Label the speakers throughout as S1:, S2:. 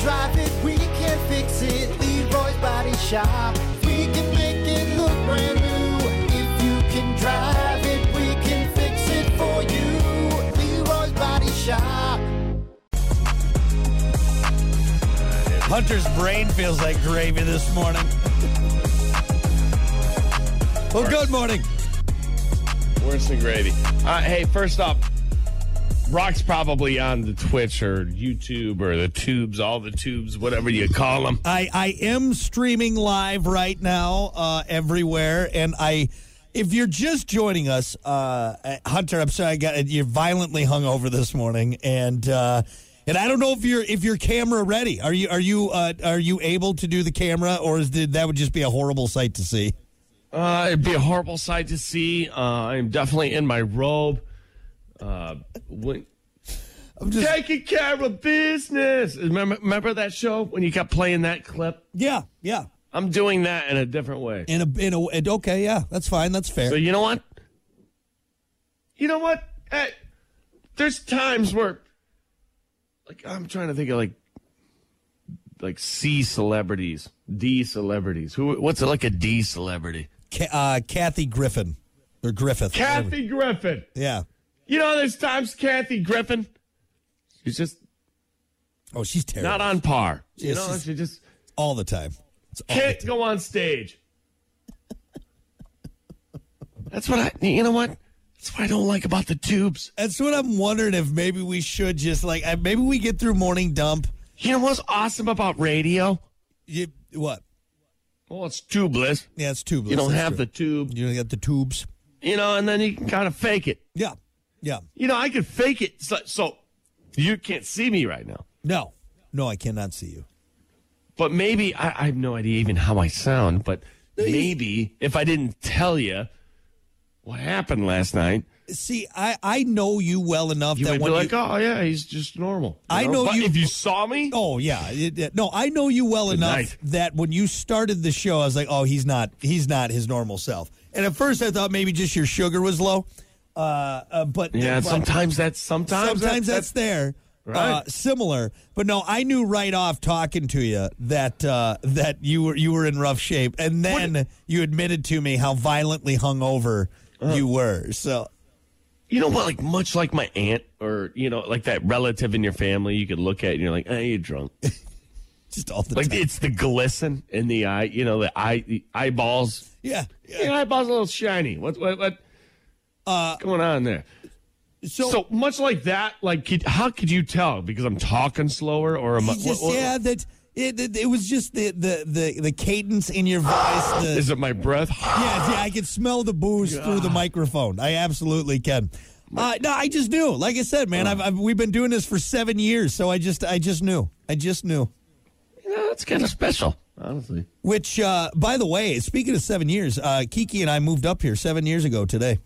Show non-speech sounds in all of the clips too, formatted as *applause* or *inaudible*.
S1: drive it, we can fix it. Leroy's Body Shop. We can make it look brand new. If you can drive it, we can fix it for you. Leroy's Body Shop.
S2: Hunter's brain feels like gravy this morning. Well, good morning.
S3: Worse than gravy. Uh, hey, first off, Rock's probably on the Twitch or YouTube or the tubes, all the tubes, whatever you call them.
S2: I, I am streaming live right now uh, everywhere, and I. If you're just joining us, uh, Hunter, I'm sorry, I got you're violently hungover this morning, and uh, and I don't know if you're if you're camera ready. Are you are you uh, are you able to do the camera, or is the, that would just be a horrible sight to see?
S3: Uh, it'd be a horrible sight to see. Uh, I'm definitely in my robe. Uh, when,
S2: I'm just
S3: taking care of business. Remember, remember that show when you kept playing that clip?
S2: yeah yeah
S3: I'm doing that in a different way.
S2: in a in a and okay yeah that's fine that's fair
S3: So you know what? You know what? Hey, there's times where, like, I'm trying to think of like, like C celebrities, D celebrities. Who? What's it like a D celebrity?
S2: Ca- uh, Kathy Griffin or Griffith whatever.
S3: Kathy Griffin.
S2: yeah
S3: You know, there's times Kathy Griffin. She's just
S2: oh she's terrible
S3: not on par. You
S2: Yes,
S3: know,
S2: she's-
S3: she just
S2: all the time It's all the
S3: can't go on stage. That's what I. You know what? That's what I don't like about the tubes.
S2: That's what I'm wondering if maybe we should just like uh, maybe we get through morning dump.
S3: You know what's awesome about radio?
S2: You, what?
S3: Well, it's tubeless.
S2: Yeah, it's tubeless.
S3: You don't
S2: That's
S3: have
S2: true.
S3: the tube,
S2: You don't get the tubes.
S3: you know, and then you can kind of fake it.
S2: Yeah, yeah.
S3: You know, I could fake it. So, so you can't see me right now,
S2: No, no, I cannot see you.
S3: but maybe I, I have no idea even how I sound, but maybe if I didn't tell you what happened last night,
S2: See, I I know you well enough
S3: you
S2: that
S3: would be
S2: when
S3: like,
S2: you.
S3: oh, yeah, he's just normal.
S2: I know
S3: But
S2: you-
S3: If you saw me,
S2: Oh yeah, it- it- no. I know you well enough
S3: night.
S2: that when you started the show, I was like, "Oh, he's not, he's not his normal self." And at first, I thought maybe just your sugar was low, uh, uh but
S3: yeah,
S2: but-
S3: sometimes that's sometimes,
S2: sometimes,
S3: that-
S2: that's, there. Uh,
S3: Right.
S2: similar, but no, I knew right off talking to you that uh, that you were you were in rough shape, and then you admitted to me how violently hungover
S3: Oh.
S2: you were. So
S3: you know what? Like much like my aunt, or you know, like that relative in your family, you could look at and you're like, "Hey, you're drunk."
S2: just all the
S3: Like
S2: time,
S3: it's the glisten in the eye, you know, the eye the eyeballs.
S2: yeah. Uh,
S3: The eyeballs a little shiny. What what what? What's going on there?
S2: So,
S3: So much like that, like could, how could you tell? Because I'm talking slower, or am I?
S2: you just,
S3: what- what-
S2: yeah, that it, it, it was just the, the the the cadence in your voice.
S3: *laughs*
S2: The,
S3: Is it my breath?
S2: Yeah, yeah, I can smell the booze through the microphone. I absolutely can. Uh, no, I just knew. Like I said,
S3: Uh.
S2: man, I've, I've, we've been doing this for seven years, so I just, I just knew. I just knew.
S3: No, that's kind of special, honestly.
S2: Which, uh, by the way, speaking of seven years, uh, Kiki and I moved up here seven years ago today.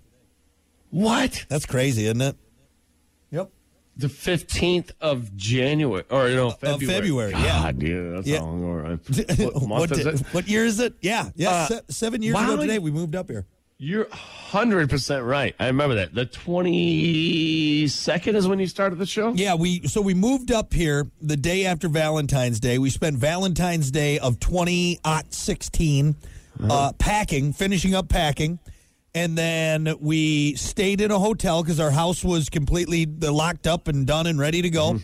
S3: What?
S2: That's crazy, isn't it? *laughs* Yep.
S3: The fifteenth of January, or you know, February.
S2: February, yeah.
S3: God, dude, that's
S2: Yeah.
S3: how long
S2: *laughs*
S3: ago. I'm- What month
S2: what,
S3: is
S2: di-
S3: it?
S2: what year is it? Yeah, yeah.
S3: Uh,
S2: se- seven years
S3: why
S2: ago
S3: don't
S2: today,
S3: you-
S2: we moved up here.
S3: You're hundred percent right. I remember that. The twenty second is when you started the show.
S2: Yeah, we so we moved up here the day after Valentine's Day. We spent Valentine's Day of twenty sixteen uh, packing, finishing up packing, and then we stayed in a hotel because our house was completely uh, locked up and done and ready to go.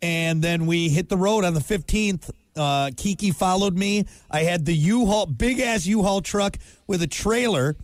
S2: And then we hit the road on the fifteenth. Uh, Kiki followed me. I had the U-Haul, big ass U-Haul truck with a trailer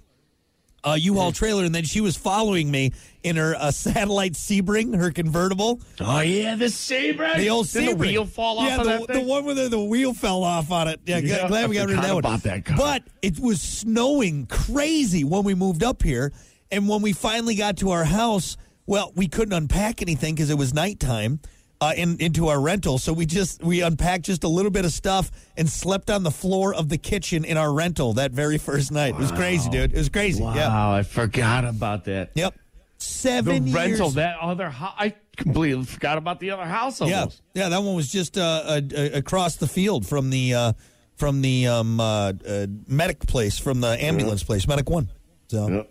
S2: a U-Haul trailer, and then she was following me in her uh, *laughs* satellite Sebring, her convertible.
S3: Oh yeah, the Sebring.
S2: The old
S3: Didn't
S2: Sebring.
S3: the wheel fall off
S2: Yeah,
S3: of
S2: the,
S3: that
S2: the
S3: thing?
S2: one where the, the wheel fell off on it. Yeah, g-
S3: Yeah,
S2: glad we
S3: I
S2: got rid of
S3: forgot
S2: that one.
S3: about that car.
S2: But it was snowing crazy when we moved up here, and when we finally got to our house, well, we couldn't unpack anything because it was nighttime. Uh, in, into our rental, so we just we unpacked just a little bit of stuff and slept on the floor of the kitchen in our rental that very first night. It was crazy, dude. It was crazy.
S3: Wow,
S2: Yeah.
S3: I forgot about that.
S2: Yep.
S3: The
S2: Seven years.
S3: rental, that other house. I completely forgot about the other house
S2: yeah,
S3: almost.
S2: yeah, that one was just uh, uh, uh, across the field from the uh, from the um, uh, uh, medic place, from the ambulance place, medic one. So,
S3: Yep.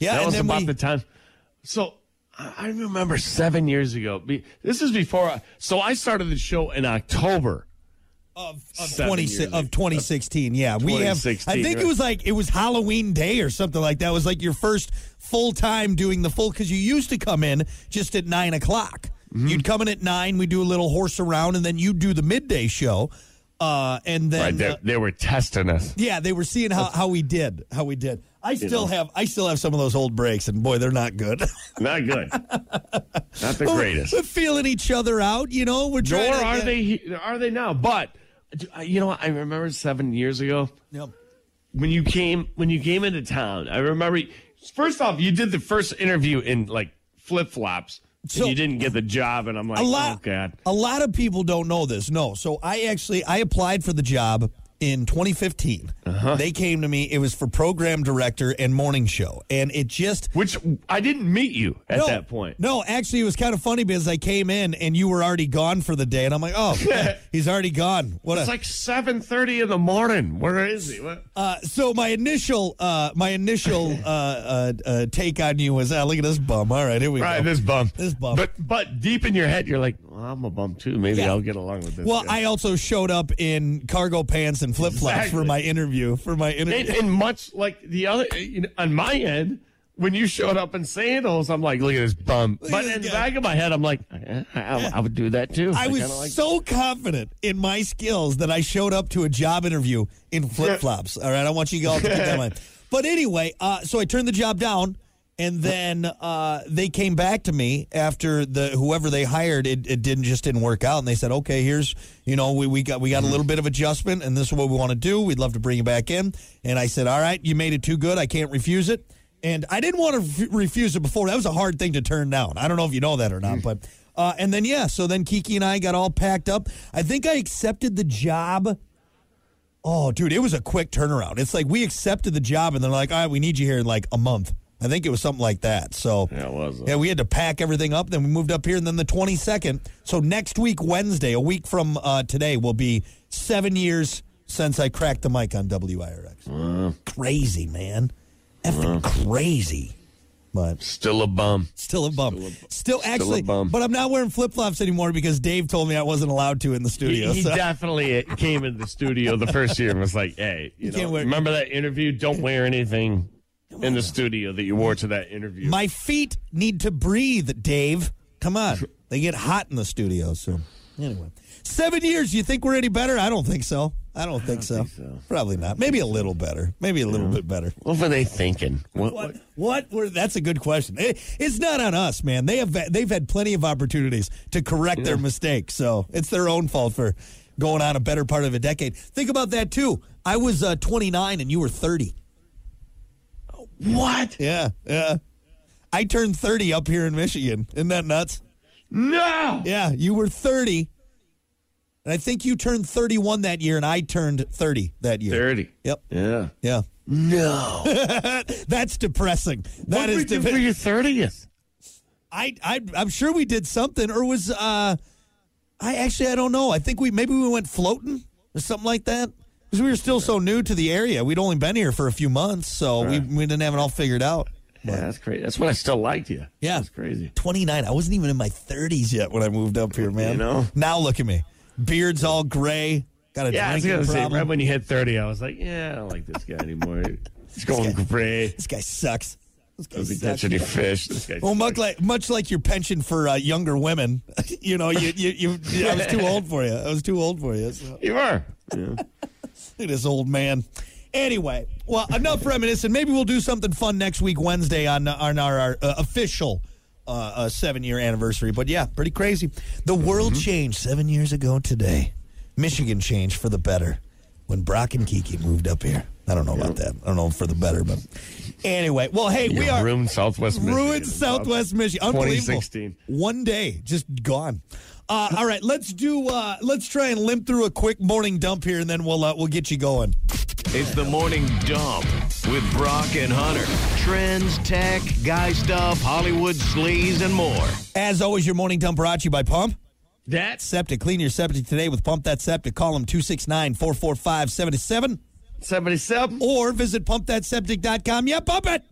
S2: yeah,
S3: that
S2: and
S3: was
S2: then
S3: about
S2: we,
S3: the time. So I remember seven years ago. be- This is before. I, so I started the show in October.
S2: of of,
S3: Seven
S2: 20,
S3: years ago.
S2: of 2016. Yeah, we have. I
S3: 2016,
S2: think it
S3: right.
S2: was like it was Halloween Day or something like that. It was like your first full time doing the full because you used to come in just at nine o'clock.
S3: Mm-hmm.
S2: You'd come in at nine. We do a little horse around, and then you do the midday show. Uh, and then
S3: Right, they,
S2: uh,
S3: they were testing us.
S2: yeah, they were seeing how, how we did, how we did. I still have I still have some of those old breaks, and boy, they're not
S3: *laughs*
S2: good.
S3: Not good. Not
S2: *laughs*
S3: the greatest.
S2: we're feeling each other out, you know. We're
S3: Nor
S2: trying. to,
S3: are they. he- Are they now? But uh, you know what? I remember seven years ago.
S2: Yeah.
S3: when you came when you came into town. I remember. First off, you did the first interview in like flip flops,
S2: So-
S3: and you didn't get the job. And I'm like,
S2: a lot
S3: oh god,
S2: a lot of people don't know this no so i actually i applied for the job in 2015
S3: Uh-huh.
S2: they came to me it was for program director and morning show and it just
S3: which I didn't meet you at that point.
S2: no, actually, it was kind of funny because I came in and you were already gone for the day, and I'm like,
S3: *laughs*
S2: "Oh, yeah, he's already gone." What a
S3: It's like seven thirty in the morning. Where is he? What?
S2: Uh, so my initial uh, my
S3: *laughs*
S2: initial uh, uh, uh, take on you was, "Ah, look at this bum." All right, here we
S3: All right,
S2: go.
S3: this bum.
S2: This bum.
S3: But but deep in your head, you're like, well, I'm a bum too. Maybe
S2: Yeah.
S3: I'll get along with this.
S2: well,
S3: guy.
S2: I also showed up in cargo pants and flip flops for
S3: Exactly.
S2: my interview. For my interview,
S3: and, and much like the other you know, on my end. When you showed up in sandals, I'm like, look at this bum.
S2: at
S3: But
S2: this
S3: in the
S2: guy.
S3: back of my head, I'm like, I, I, I would do that too.
S2: I
S3: kinda
S2: was
S3: like
S2: so confident in my skills that I showed up to a job interview in flip flops. All right, I want you all to get
S3: *laughs*
S2: that line. But anyway, uh, so I turned the job down, and then uh, they came back to me after the whoever they hired it, it didn't just didn't work out, and they said, okay, here's you know we, we got we
S3: Mm-hmm.
S2: got a little bit of adjustment, and this is what we want to do. We'd love to bring you back in, and I said, all right, you made it too good, I can't refuse it. And I didn't want to f- refuse it before. That was a hard thing to turn down. I don't know if you know that or
S3: Mm.
S2: not, but uh, and then yeah, so then Kiki and I got all packed up. I think I accepted the job. Oh, dude, it was a quick turnaround. It's like we accepted the job, and they're like, "All right, we need you here in like a month." I think it was something like that. So
S3: Yeah, it was. uh,
S2: yeah, we had to pack everything up. Then we moved up here, and then the twenty second. So next week, Wednesday, a week from uh, today, will be seven years since I cracked the mic on WIRX. Crazy man, effing crazy. But
S3: Still a bum.
S2: Still a bum. Still, actually,
S3: bum.
S2: but I'm not wearing flip flops anymore because Dave told me I wasn't allowed to in the
S3: He,
S2: studio.
S3: he
S2: so-
S3: definitely came into the studio the first year and was like, "Hey, you
S2: can't
S3: know,
S2: wear-
S3: remember that interview? Don't wear anything in the studio that you wore to that interview."
S2: My feet need to breathe, Dave. Come on. They get hot in the studio. So, anyway, seven years. You think we're any better? I don't think so. I don't think, so. Probably not. Maybe a little better. Maybe a little bit better.
S3: what were they thinking? What,
S2: What?
S3: what?
S2: What? Were, that's a good question. It- it's not on us, man. They have they've had plenty of opportunities to correct their mistakes, so it's their own fault for going on a better part of a decade. Think about that too. I was uh, 29 and you were 30.
S3: What?
S2: Yeah, yeah. I turned 30 up here in Michigan. Isn't that nuts?
S3: No.
S2: Yeah, you were 30, and I think you turned 31 that year, and I turned 30 that year.
S3: Thirty.
S2: Yep.
S3: Yeah.
S2: Yeah.
S3: No.
S2: That's depressing.
S3: what
S2: That
S3: did
S2: is
S3: we do
S2: depressing.
S3: for your thirtieth?
S2: I, I I'm sure we did something, or was uh, I actually I don't know. I think we maybe we went floating or something like that because we were still so new to the area. We'd only been here for a few months, so we, we didn't have it all figured out.
S3: Yeah, that's crazy. That's when I still liked you.
S2: Yeah,
S3: that's crazy.
S2: 29. I wasn't even in my 30s yet when I moved up here, man.
S3: You know?
S2: Now look at me, beard's all gray. Got a
S3: Yeah, I was
S2: drinking
S3: gonna say
S2: problem.
S3: right when you hit thirty, I was like, "Yeah, I don't like this guy anymore. He's going
S2: *laughs*
S3: gray.
S2: this guy sucks. This Oh guy
S3: Doesn't
S2: sucks.
S3: catch
S2: *laughs*
S3: any fish. This guy
S2: Well, much like much like your pension for uh, younger women, *laughs* you know, you, you, you I was too old for you. I was too old for you. So.
S3: You are. Yeah.
S2: Look at this old man. Anyway, well, enough *laughs* reminiscing. Maybe we'll do something fun next week, Wednesday, on on our, our uh, official uh, uh, seven year anniversary. But yeah, pretty crazy. The world changed seven years ago today. Michigan changed for the better when Brock and Kiki moved up here. I don't know about that. I don't know for the better, but anyway. Well, hey, we
S3: Yeah,
S2: are
S3: ruined Southwest Michigan.
S2: ruined Southwest Michigan. Unbelievable.
S3: 2016.
S2: One day, just gone. Uh, all right, let's do. Uh, let's try and limp through a quick morning dump here, and then we'll uh, we'll get you going.
S4: It's the morning dump with Brock and Hunter. Trends, tech, guy stuff, Hollywood sleaze, and more.
S2: As always, your morning dump brought to you by Pump.
S3: That's
S2: Septic. Clean your septic today with Pump That Septic. Call them 269 445 77
S3: 77. Oh,
S2: or visit pumpthatseptic.com. Yeah, pump it.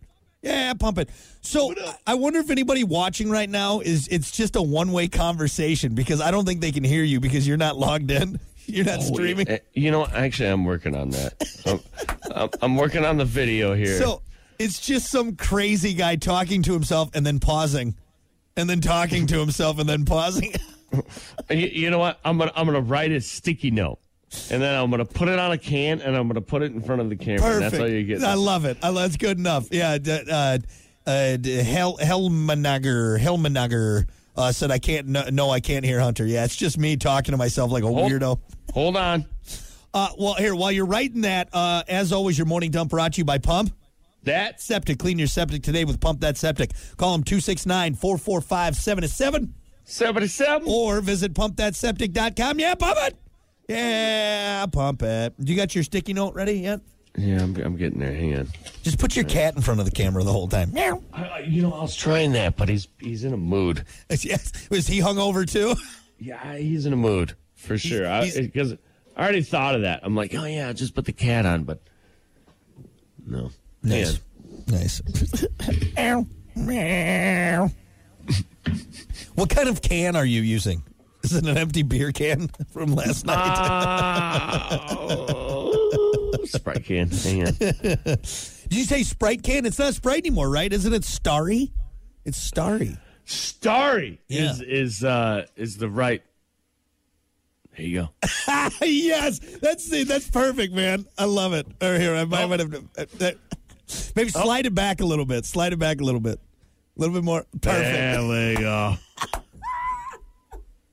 S2: Yeah, pump it. So I wonder if anybody watching right now is it's just a one way conversation because I don't think they can hear you because you're not logged in. *laughs* You're not streaming.
S3: Eh, You know, what? actually, I'm working on that. I'm, I'm, I'm working on the video here.
S2: So it's just some crazy guy talking to himself and then pausing. And then talking to himself and then pausing. *laughs*
S3: you, you know what? I'm gonna I'm gonna write a sticky note, and then I'm gonna put it on a can, and I'm gonna put it in front of the camera. and
S2: Perfect.
S3: that's how you get.
S2: I love it. I, that's good enough. Yeah. d- Uh, uh, d- Hel- Helmenager, Helmenager uh, said, I can't, no, no, I can't hear Hunter. Yeah, it's just me talking to myself like a
S3: Hold-
S2: weirdo.
S3: Hold on.
S2: Uh, well, here, while you're writing that, uh, as always, your morning dump brought to you by Pump.
S3: That's
S2: Septic. Clean your septic today with Pump That Septic. Call them 269 445 707
S3: 77.
S2: or visit pumpthatseptic.com. Yeah, pump it. Yeah, pump it. You got your sticky note ready yet?
S3: Yeah, I'm, I'm getting there. Hang on.
S2: Just put your cat in front of the camera the whole time. Meow.
S3: I, you know, I was trying that, but he's he's in a mood.
S2: *laughs* Yes. Was he hungover too?
S3: Yeah, he's in a mood for sure.
S2: he's-
S3: Because I, already thought of that. I'm like, oh yeah, I'll just put the cat on, but no.
S2: Nice.
S3: Man.
S2: Nice. *laughs* Meow. Meow. what kind of can are you using? Is it an empty beer can *laughs* from last night?
S3: Oh, Sprite can. Hang on.
S2: Did you say Sprite can? It's not Sprite anymore, right? Isn't it Starry? It's Starry.
S3: Starry
S2: Yeah.
S3: is is uh is the right. There you go.
S2: *laughs* yes, that's the, that's perfect, man. I love it. Or here, I might, might have to, uh, that- maybe
S3: Oh.
S2: slide it back a little bit. Slide it back a little bit. A little bit more. Perfect.
S3: There we go.
S2: *laughs*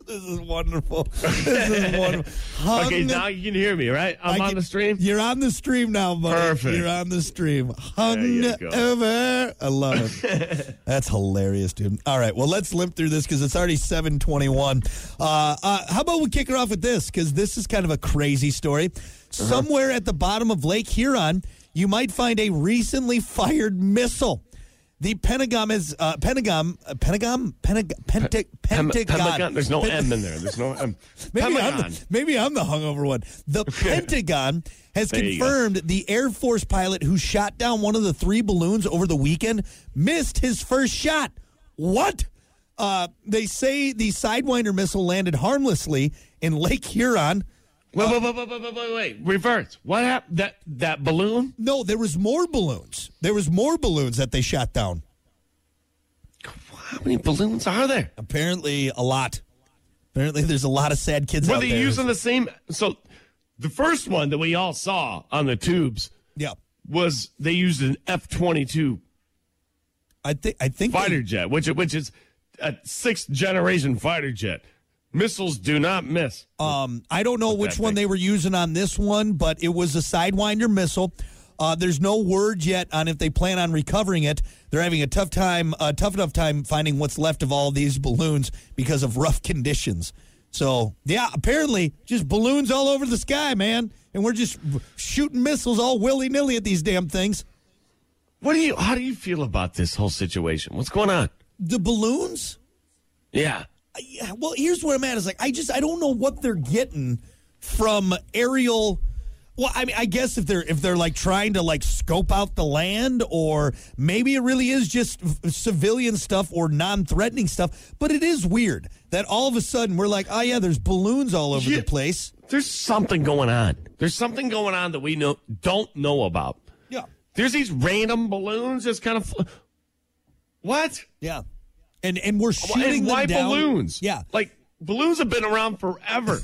S2: This is wonderful. This is wonderful. Hung
S3: *laughs* Okay, now you can hear me, right? I'm
S2: I
S3: on
S2: can-
S3: the stream.
S2: You're on the stream now, buddy.
S3: Perfect.
S2: You're on the stream. Hung
S3: you go.
S2: over. I love it.
S3: *laughs*
S2: That's hilarious, dude. All right, well, let's limp through this because it's already 721. Uh, uh, how about we kick her off with this because this is kind of a crazy story.
S3: Uh-huh.
S2: Somewhere at the bottom of Lake Huron, you might find a recently fired missile. The Pentagon is uh, Pentagon, uh, Pentagon, Pentagon, Pentag-
S3: Pem-
S2: Pentagon.
S3: Pentagon. There's no
S2: Pen-
S3: M in there. There's no M.
S2: Maybe I'm,
S3: Pentagon.
S2: the, maybe I'm the hungover one.
S3: *laughs*
S2: The Pentagon has
S3: There you go.
S2: confirmed the Air Force pilot who shot down one of the three balloons over the weekend missed his first shot. What? Uh, they say the Sidewinder missile landed harmlessly in Lake Huron.
S3: Wait, wait, wait, wait, wait, wait, wait, wait. Reverse. What happened? That that balloon?
S2: No, there was more balloons. There was more balloons that they shot down.
S3: How many balloons are there?
S2: Apparently, a lot. Apparently, there's a lot of sad kids
S3: Were
S2: out
S3: they
S2: there.
S3: using the same? So, the first one that we all saw on the tubes
S2: yeah,
S3: was they used an F-22
S2: I think I think they-
S3: fighter jet, which which is a sixth generation fighter jet. Missiles do not miss.
S2: Um, I don't know which
S3: that
S2: one
S3: thing.
S2: they were using on this one, but it was a Sidewinder missile. Uh, there's no word yet on if they plan on recovering it. They're having a tough time, uh, tough enough time finding what's left of all these balloons because of rough conditions. So yeah, apparently just balloons all over the sky, man, and we're just shooting missiles all willy nilly at these damn things.
S3: What do you? How do you feel about this whole situation? What's going on?
S2: The balloons.
S3: Yeah,
S2: yeah, well, here's where I'm at is like I just I don't know what they're getting from aerial. Well, I mean, I guess if they're if they're like trying to like scope out the land, or maybe it really is just v- civilian stuff or non-threatening stuff. But it is weird that all of a sudden we're like, oh yeah, there's balloons all over
S3: Yeah.
S2: the place.
S3: there's something going on. There's something going on that we know don't know about.
S2: Yeah,
S3: There's these random balloons just kind of. Fl- what?
S2: yeah, and and we're shooting them
S3: and why
S2: down.
S3: balloons?
S2: Yeah,
S3: like balloons have been around
S2: *laughs*
S3: forever.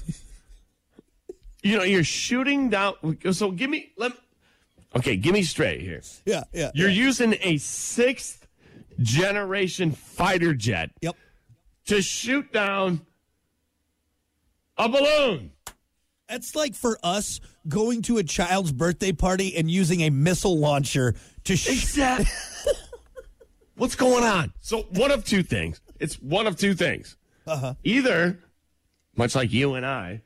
S3: you know, you're shooting down. So give me let. Me, okay, give me straight here.
S2: yeah, yeah.
S3: You're using a sixth generation fighter jet
S2: yep.
S3: to shoot down a balloon.
S2: That's like for us going to a child's birthday party and using a missile launcher to shoot.
S3: Exactly. *laughs* What's going on? So one of two things. It's one of two things. Uh-huh. Either, much like you and I,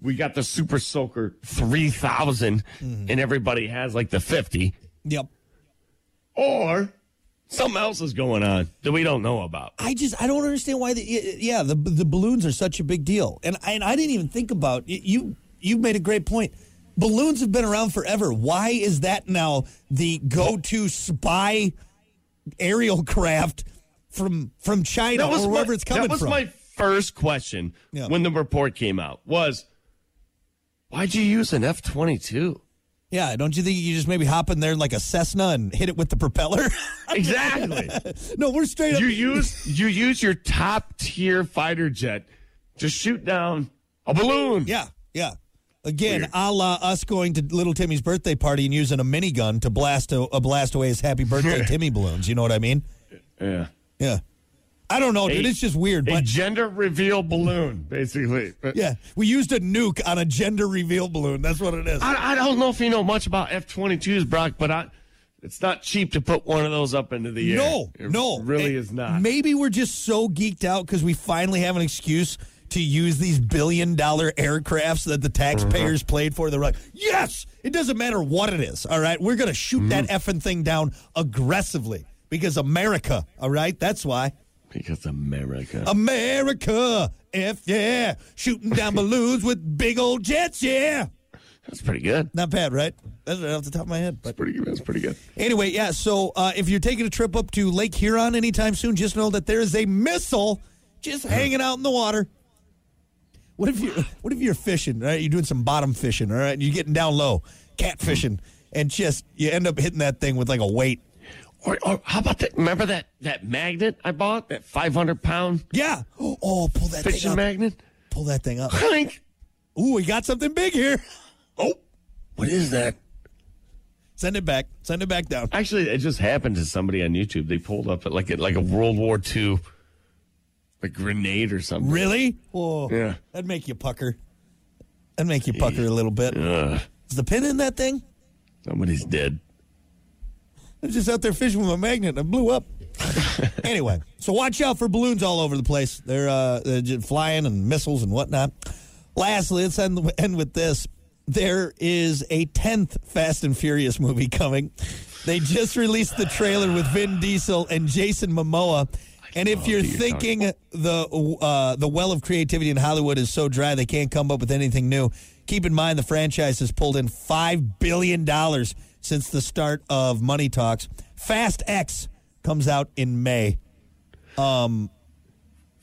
S3: we got the Super Soaker 3000 and everybody has like the 50,
S2: Yep.
S3: or something else is going on that we don't know about.
S2: I just I don't understand why the yeah the the balloons are such a big deal, and I, and I didn't even think about you. You made a great point. balloons have been around forever. Why is that now the go-to spy aerial craft from from China
S3: That was
S2: or
S3: my,
S2: wherever it's coming
S3: that was
S2: from?
S3: my first question
S2: Yeah.
S3: when the report came out was, why'd you use an F twenty two?
S2: yeah, don't you think you just maybe hop in there like a Cessna and hit it with the propeller? *laughs*
S3: Exactly.
S2: no, we're straight up.
S3: you use you use your top tier fighter jet to shoot down a balloon.
S2: yeah, yeah. Again, a la us going to little Timmy's birthday party and using a minigun to blast a, a blast away his happy birthday Timmy balloons. You know what I mean?
S3: Yeah.
S2: Yeah. I don't know, dude.
S3: A-
S2: It's just weird.
S3: A
S2: But
S3: gender reveal balloon, basically. But
S2: yeah, we used a nuke on a gender reveal balloon. That's what it is.
S3: I, I don't know if you know much about F 22s, Brock, but I, it's not cheap to put one of those up into the air.
S2: No,
S3: It
S2: no.
S3: Really
S2: It-
S3: is not.
S2: Maybe we're just so geeked out because we finally have an excuse to use these billion dollar aircrafts that the taxpayers
S3: Mm-hmm.
S2: played for. They're like, yes, it doesn't matter what it is. All right, we're going to shoot that
S3: Mm-hmm.
S2: effing thing down aggressively because America, all right? That's why.
S3: because America.
S2: America, F yeah, shooting down
S3: *laughs*
S2: balloons with big old jets, yeah.
S3: That's pretty good.
S2: Not bad, right? That's right off the top of my head. But
S3: Pretty good. That's pretty good.
S2: Anyway, yeah. So uh, if you're taking a trip up to Lake Huron anytime soon, just know that there is a missile just hanging out in the water. What if you What if you're fishing? Right, you're doing some bottom fishing. All right, and you're getting down low, cat fishing, and just you end up hitting that thing with like a weight.
S3: Or, or how about that? Remember that, that magnet I bought? That 500 pound
S2: Yeah. *gasps* Oh, pull that thing
S3: fishing
S2: up.
S3: magnet?
S2: Pull that thing up.
S3: Clink.
S2: Ooh, we got something big here.
S3: Oh, what is that?
S2: Send it back. Send it back down.
S3: Actually, it just happened to somebody on YouTube. They pulled up like a, like a World War II like grenade or something.
S2: Really? Whoa.
S3: Yeah.
S2: That'd make you pucker. That'd make you pucker a little bit. Is the pin in that thing?
S3: Somebody's dead.
S2: I was just out there fishing with my magnet and it blew up. anyway, so watch out for balloons all over the place. They're, uh, they're just flying and missiles and whatnot. Lastly, let's end, end with this. There is a 10th Fast and Furious movie coming. They just released the trailer with Vin Diesel and Jason Momoa. And if you're
S3: that you're talking-
S2: thinking the uh, the well of creativity in Hollywood is so dry they can't come up with anything new, keep in mind the franchise has pulled in five billion dollars since the start of Money Talks. Fast X comes out in May.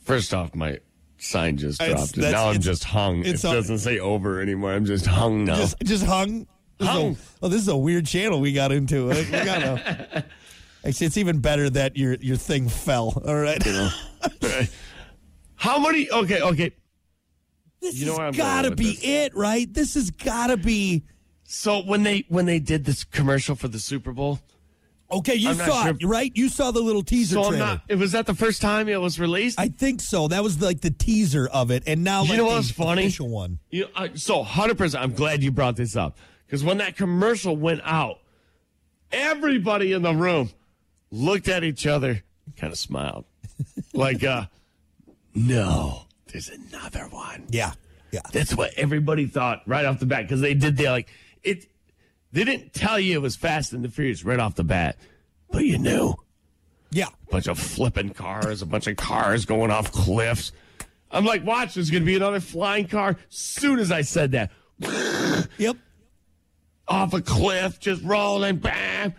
S3: First off, my sign just
S2: It's-
S3: dropped. and
S2: that's-
S3: now I'm
S2: it's-
S3: just hung. It
S2: it's on-
S3: doesn't say over anymore. I'm just hung now.
S2: Just just Oh. hung. This is a-
S3: Hung.
S2: oh, this is a weird channel we got into. We got a, *laughs* actually, it's even better that your your thing fell. All right,
S3: How many? Okay, okay.
S2: *laughs* this
S3: You know where I'm
S2: has
S3: going
S2: got to
S3: with
S2: be
S3: this.
S2: it, right? This has got to be.
S3: So when they when they did this commercial for the Super Bowl,
S2: Okay, you
S3: I'm not
S2: saw
S3: sure.
S2: it, right? You saw the little teaser
S3: so I'm
S2: trailer.
S3: not. It was that the first time it was released.
S2: I think so. That was like the teaser of it, and now
S3: You
S2: like
S3: know
S2: the
S3: what's funny?
S2: official one.
S3: You know, I, so 100%. I'm glad you brought this up because when that commercial went out, everybody in the room looked at each other, kind of smiled, like, uh, "No, there's another one."
S2: Yeah, yeah.
S3: That's what everybody thought right off the bat because they did the like it. They didn't tell you it was Fast and the Furious right off the bat, but you knew.
S2: Yeah.
S3: Bunch of flipping cars, a bunch of cars going off cliffs. I'm like, watch, there's gonna be another flying car. Soon as I said that,
S2: Yep.
S3: off a cliff, just rolling, bam.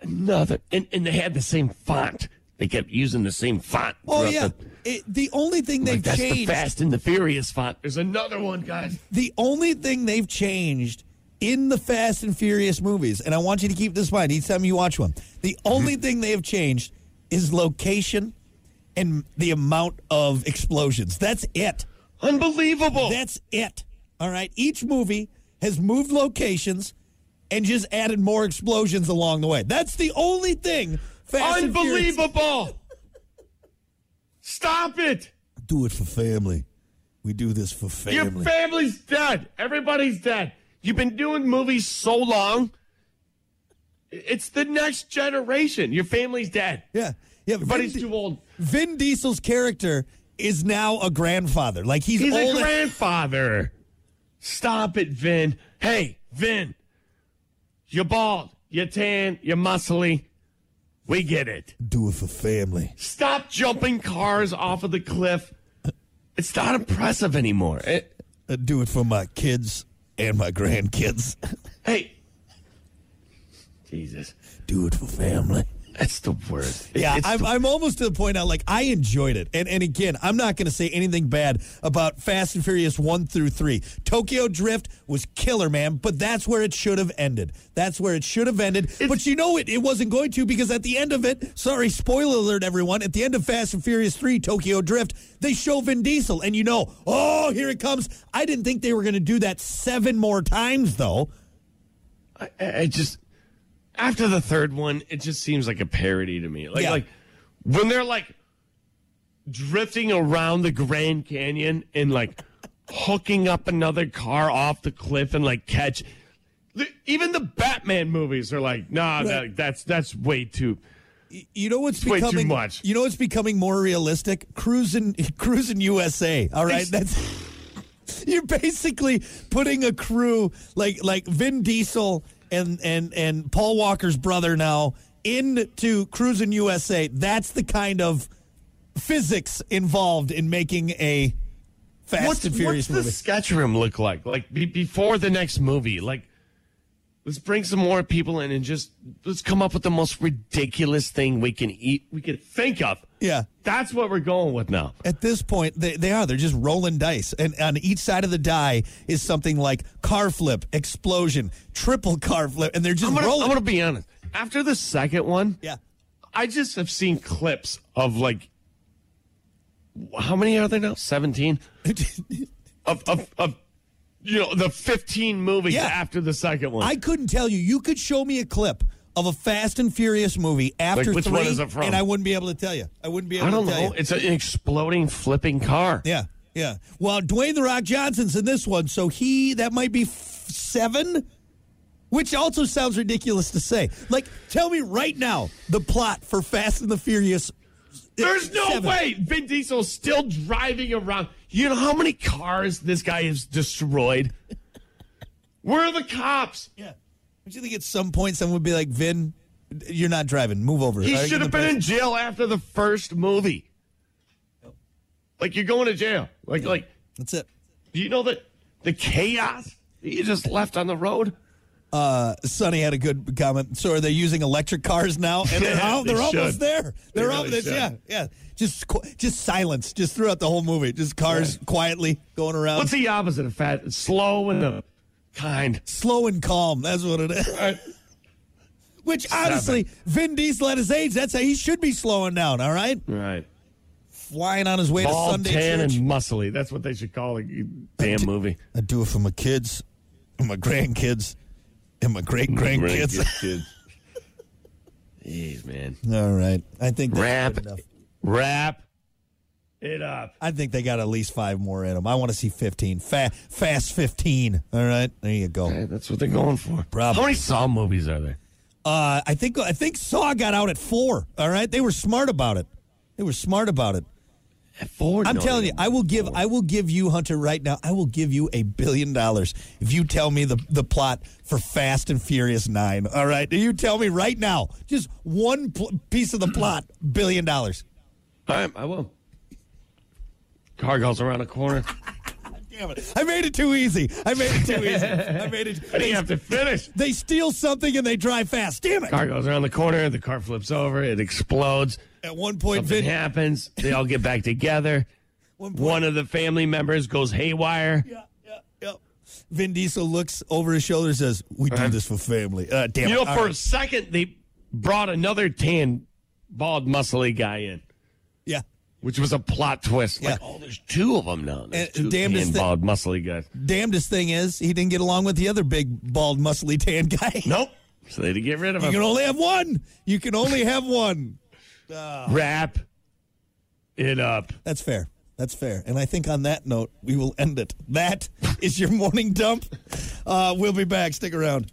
S3: Another, and, and they had the same font. They kept using the same font.
S2: Oh
S3: throughout
S2: yeah.
S3: the-
S2: It, the only thing
S3: like,
S2: they've
S3: that's the
S2: changed, the,
S3: Fast and the Furious font. There's another one, guys.
S2: only thing they've changed in the Fast and Furious movies, and I want you to keep this in mind each time you watch one. The
S3: Mm-hmm.
S2: only thing they have changed is location and the amount of explosions. That's it.
S3: Unbelievable.
S2: That's it. All right. Each movie has moved locations and just added more explosions along the way. That's the only thing. Fast and Furious-
S3: Unbelievable! Stop it!
S2: Do it for family. We do this for
S3: Your
S2: family.
S3: family's dead. Everybody's dead. You've been doing movies so long. It's the next generation. Your family's dead.
S2: yeah. Yeah.
S3: Everybody's
S2: Vin,
S3: too old.
S2: Vin Diesel's character is now a grandfather. Like he's,
S3: He's
S2: old.
S3: a grandfather. Stop it, Vin. Hey, Vin. You're bald. You're tan. You're muscly. We get it.
S2: do it for family.
S3: Stop jumping cars off of the cliff. It's not impressive anymore. It-
S2: Uh, do it for my kids and my grandkids. *laughs*
S3: Hey. Jesus.
S2: Do it for family.
S3: That's the worst. It-
S2: Yeah,
S3: it's
S2: I'm,
S3: the-
S2: I'm almost to the point now, like, I enjoyed it. And, and again, I'm not going to say anything bad about Fast and Furious 1 through 3. Tokyo Drift was killer, man, but that's where it should have ended. That's where it should have ended. but you know it, it wasn't going to because at the end of it, sorry, spoiler alert, everyone, at the end of Fast and Furious 3, Tokyo Drift, they show Vin Diesel, and you know, oh, here it comes. I didn't think they were going to do that seven more times, though.
S3: I, I just after the third one, it just seems like a parody to me. Like
S2: Yeah.
S3: like when they're like drifting around the Grand Canyon and like hooking up another car off the cliff and like catch. the- Even the Batman movies are like, nah, that, that's that's way too.
S2: You know what's
S3: way too
S2: becoming
S3: much.
S2: You know what's becoming more realistic? Cruising, *laughs* cruising USA. All right, that's *laughs* you're basically putting a crew like like Vin Diesel and and and Paul Walker's brother now into Cruising USA. That's the kind of physics involved in making a Fast
S3: What's,
S2: and Furious
S3: what's the
S2: movie.
S3: sketch room look like? Like be, before the next movie, like let's bring some more people in and just let's come up with the most ridiculous thing we can eat, we can think of.
S2: Yeah.
S3: That's what we're going with now.
S2: At this point, they, they are. They're just rolling dice. And on each side of the die is something like car flip, explosion, triple car flip. And they're just
S3: I'm gonna,
S2: rolling.
S3: I'm gonna be honest. After the second one,
S2: yeah. *laughs*
S3: I just have seen clips of like how many are there now? Seventeen of of of you know the fifteen movies
S2: Yeah.
S3: after the second one.
S2: I couldn't tell you. You could show me a clip of a Fast and Furious movie after
S3: Like, which
S2: three,
S3: one is it from?
S2: and I wouldn't be able to tell you. I wouldn't be able
S3: I don't
S2: to tell
S3: know.
S2: you.
S3: It's an exploding, flipping car.
S2: Yeah, yeah. Well, Dwayne the Rock Johnson's in this one, so he that might be f- seven, which also sounds ridiculous to say. Like, tell me right now the plot for Fast and the Furious.
S3: There's no
S2: Seven.
S3: way Vin Diesel's still driving around. You know how many cars this guy has destroyed? Where are the cops?
S2: Yeah. Don't you think at some point someone would be like, Vin, you're not driving. Move over.
S3: He
S2: All right,
S3: should have
S2: get the
S3: been
S2: place-
S3: in jail after the first movie. Like you're going to jail. Like like
S2: That's it.
S3: do you know that the chaos that you just left on the road?
S2: Sonny had a good comment. So are they using electric cars now? And they're,
S3: *laughs* Yeah,
S2: out,
S3: they
S2: they're
S3: should.
S2: almost there. They're
S3: really
S2: almost
S3: should.
S2: yeah, yeah. Just qu- just silence, just throughout the whole movie. Just cars quietly going around,
S3: What's the opposite of fat? Slow and uh, kind.
S2: slow and calm. That's what it is. *laughs*
S3: All right.
S2: Which honestly, Vin Diesel at his age, that's how he should be slowing down. All right,
S3: Right.
S2: flying on his way to
S3: Bald,
S2: Sunday
S3: tan,
S2: church.
S3: and muscly. That's what they should call a damn movie.
S2: I do it for my kids, and my grandkids, and my great grandkids.
S3: Grandkids. Jeez, man.
S2: all right, I think that's
S3: Wrap,
S2: good enough.
S3: wrap it up.
S2: I think they got at least five more in them. I want to see 15. Fa- fast 15. All right. There you go.
S3: Hey, that's what they're going for.
S2: Probably.
S3: How many Saw movies are there?
S2: Uh, I think I think Saw got out at four. All right. They were smart about it. They were smart about it.
S3: Four.
S2: I'm
S3: No,
S2: telling you,
S3: they're
S2: I will give I will give you Hunter right now. I will give you a billion dollars if you tell me the the plot for Fast and Furious 9. All right. You tell me right now. Just one pl- piece of the plot, billion dollars.
S3: All right, I will. Car goes around a corner.
S2: Damn it. I made it too easy. I made it too easy. I made it
S3: I didn't have to finish.
S2: They steal something and they drive fast. Damn it.
S3: Car goes around the corner. The car flips over. It explodes.
S2: At one point,
S3: Something
S2: Vin,
S3: happens. They all get back together.
S2: one point
S3: One of the family members goes haywire.
S2: yeah, yeah, yeah. Vin Diesel looks over his shoulder and says, We do this for family. Uh, damn
S3: You
S2: it.
S3: know,
S2: All
S3: for a
S2: right.
S3: second, they brought another tan, bald, muscly guy in,
S2: Yeah.
S3: which was a plot twist. Like,
S2: Yeah.
S3: oh, there's two of them now. There's
S2: And
S3: two
S2: damnedest
S3: tan,
S2: thing-
S3: bald, muscly guys.
S2: Damnedest thing is, he didn't get along with the other big, bald, muscly tan *laughs* guy.
S3: Nope. So they had to get rid of
S2: You
S3: him.
S2: can only have one. You can only have one.
S3: Wrap it up.
S2: That's fair. That's fair. And I think on that note, we will end it. That is your morning dump. Uh, we'll be back. Stick around.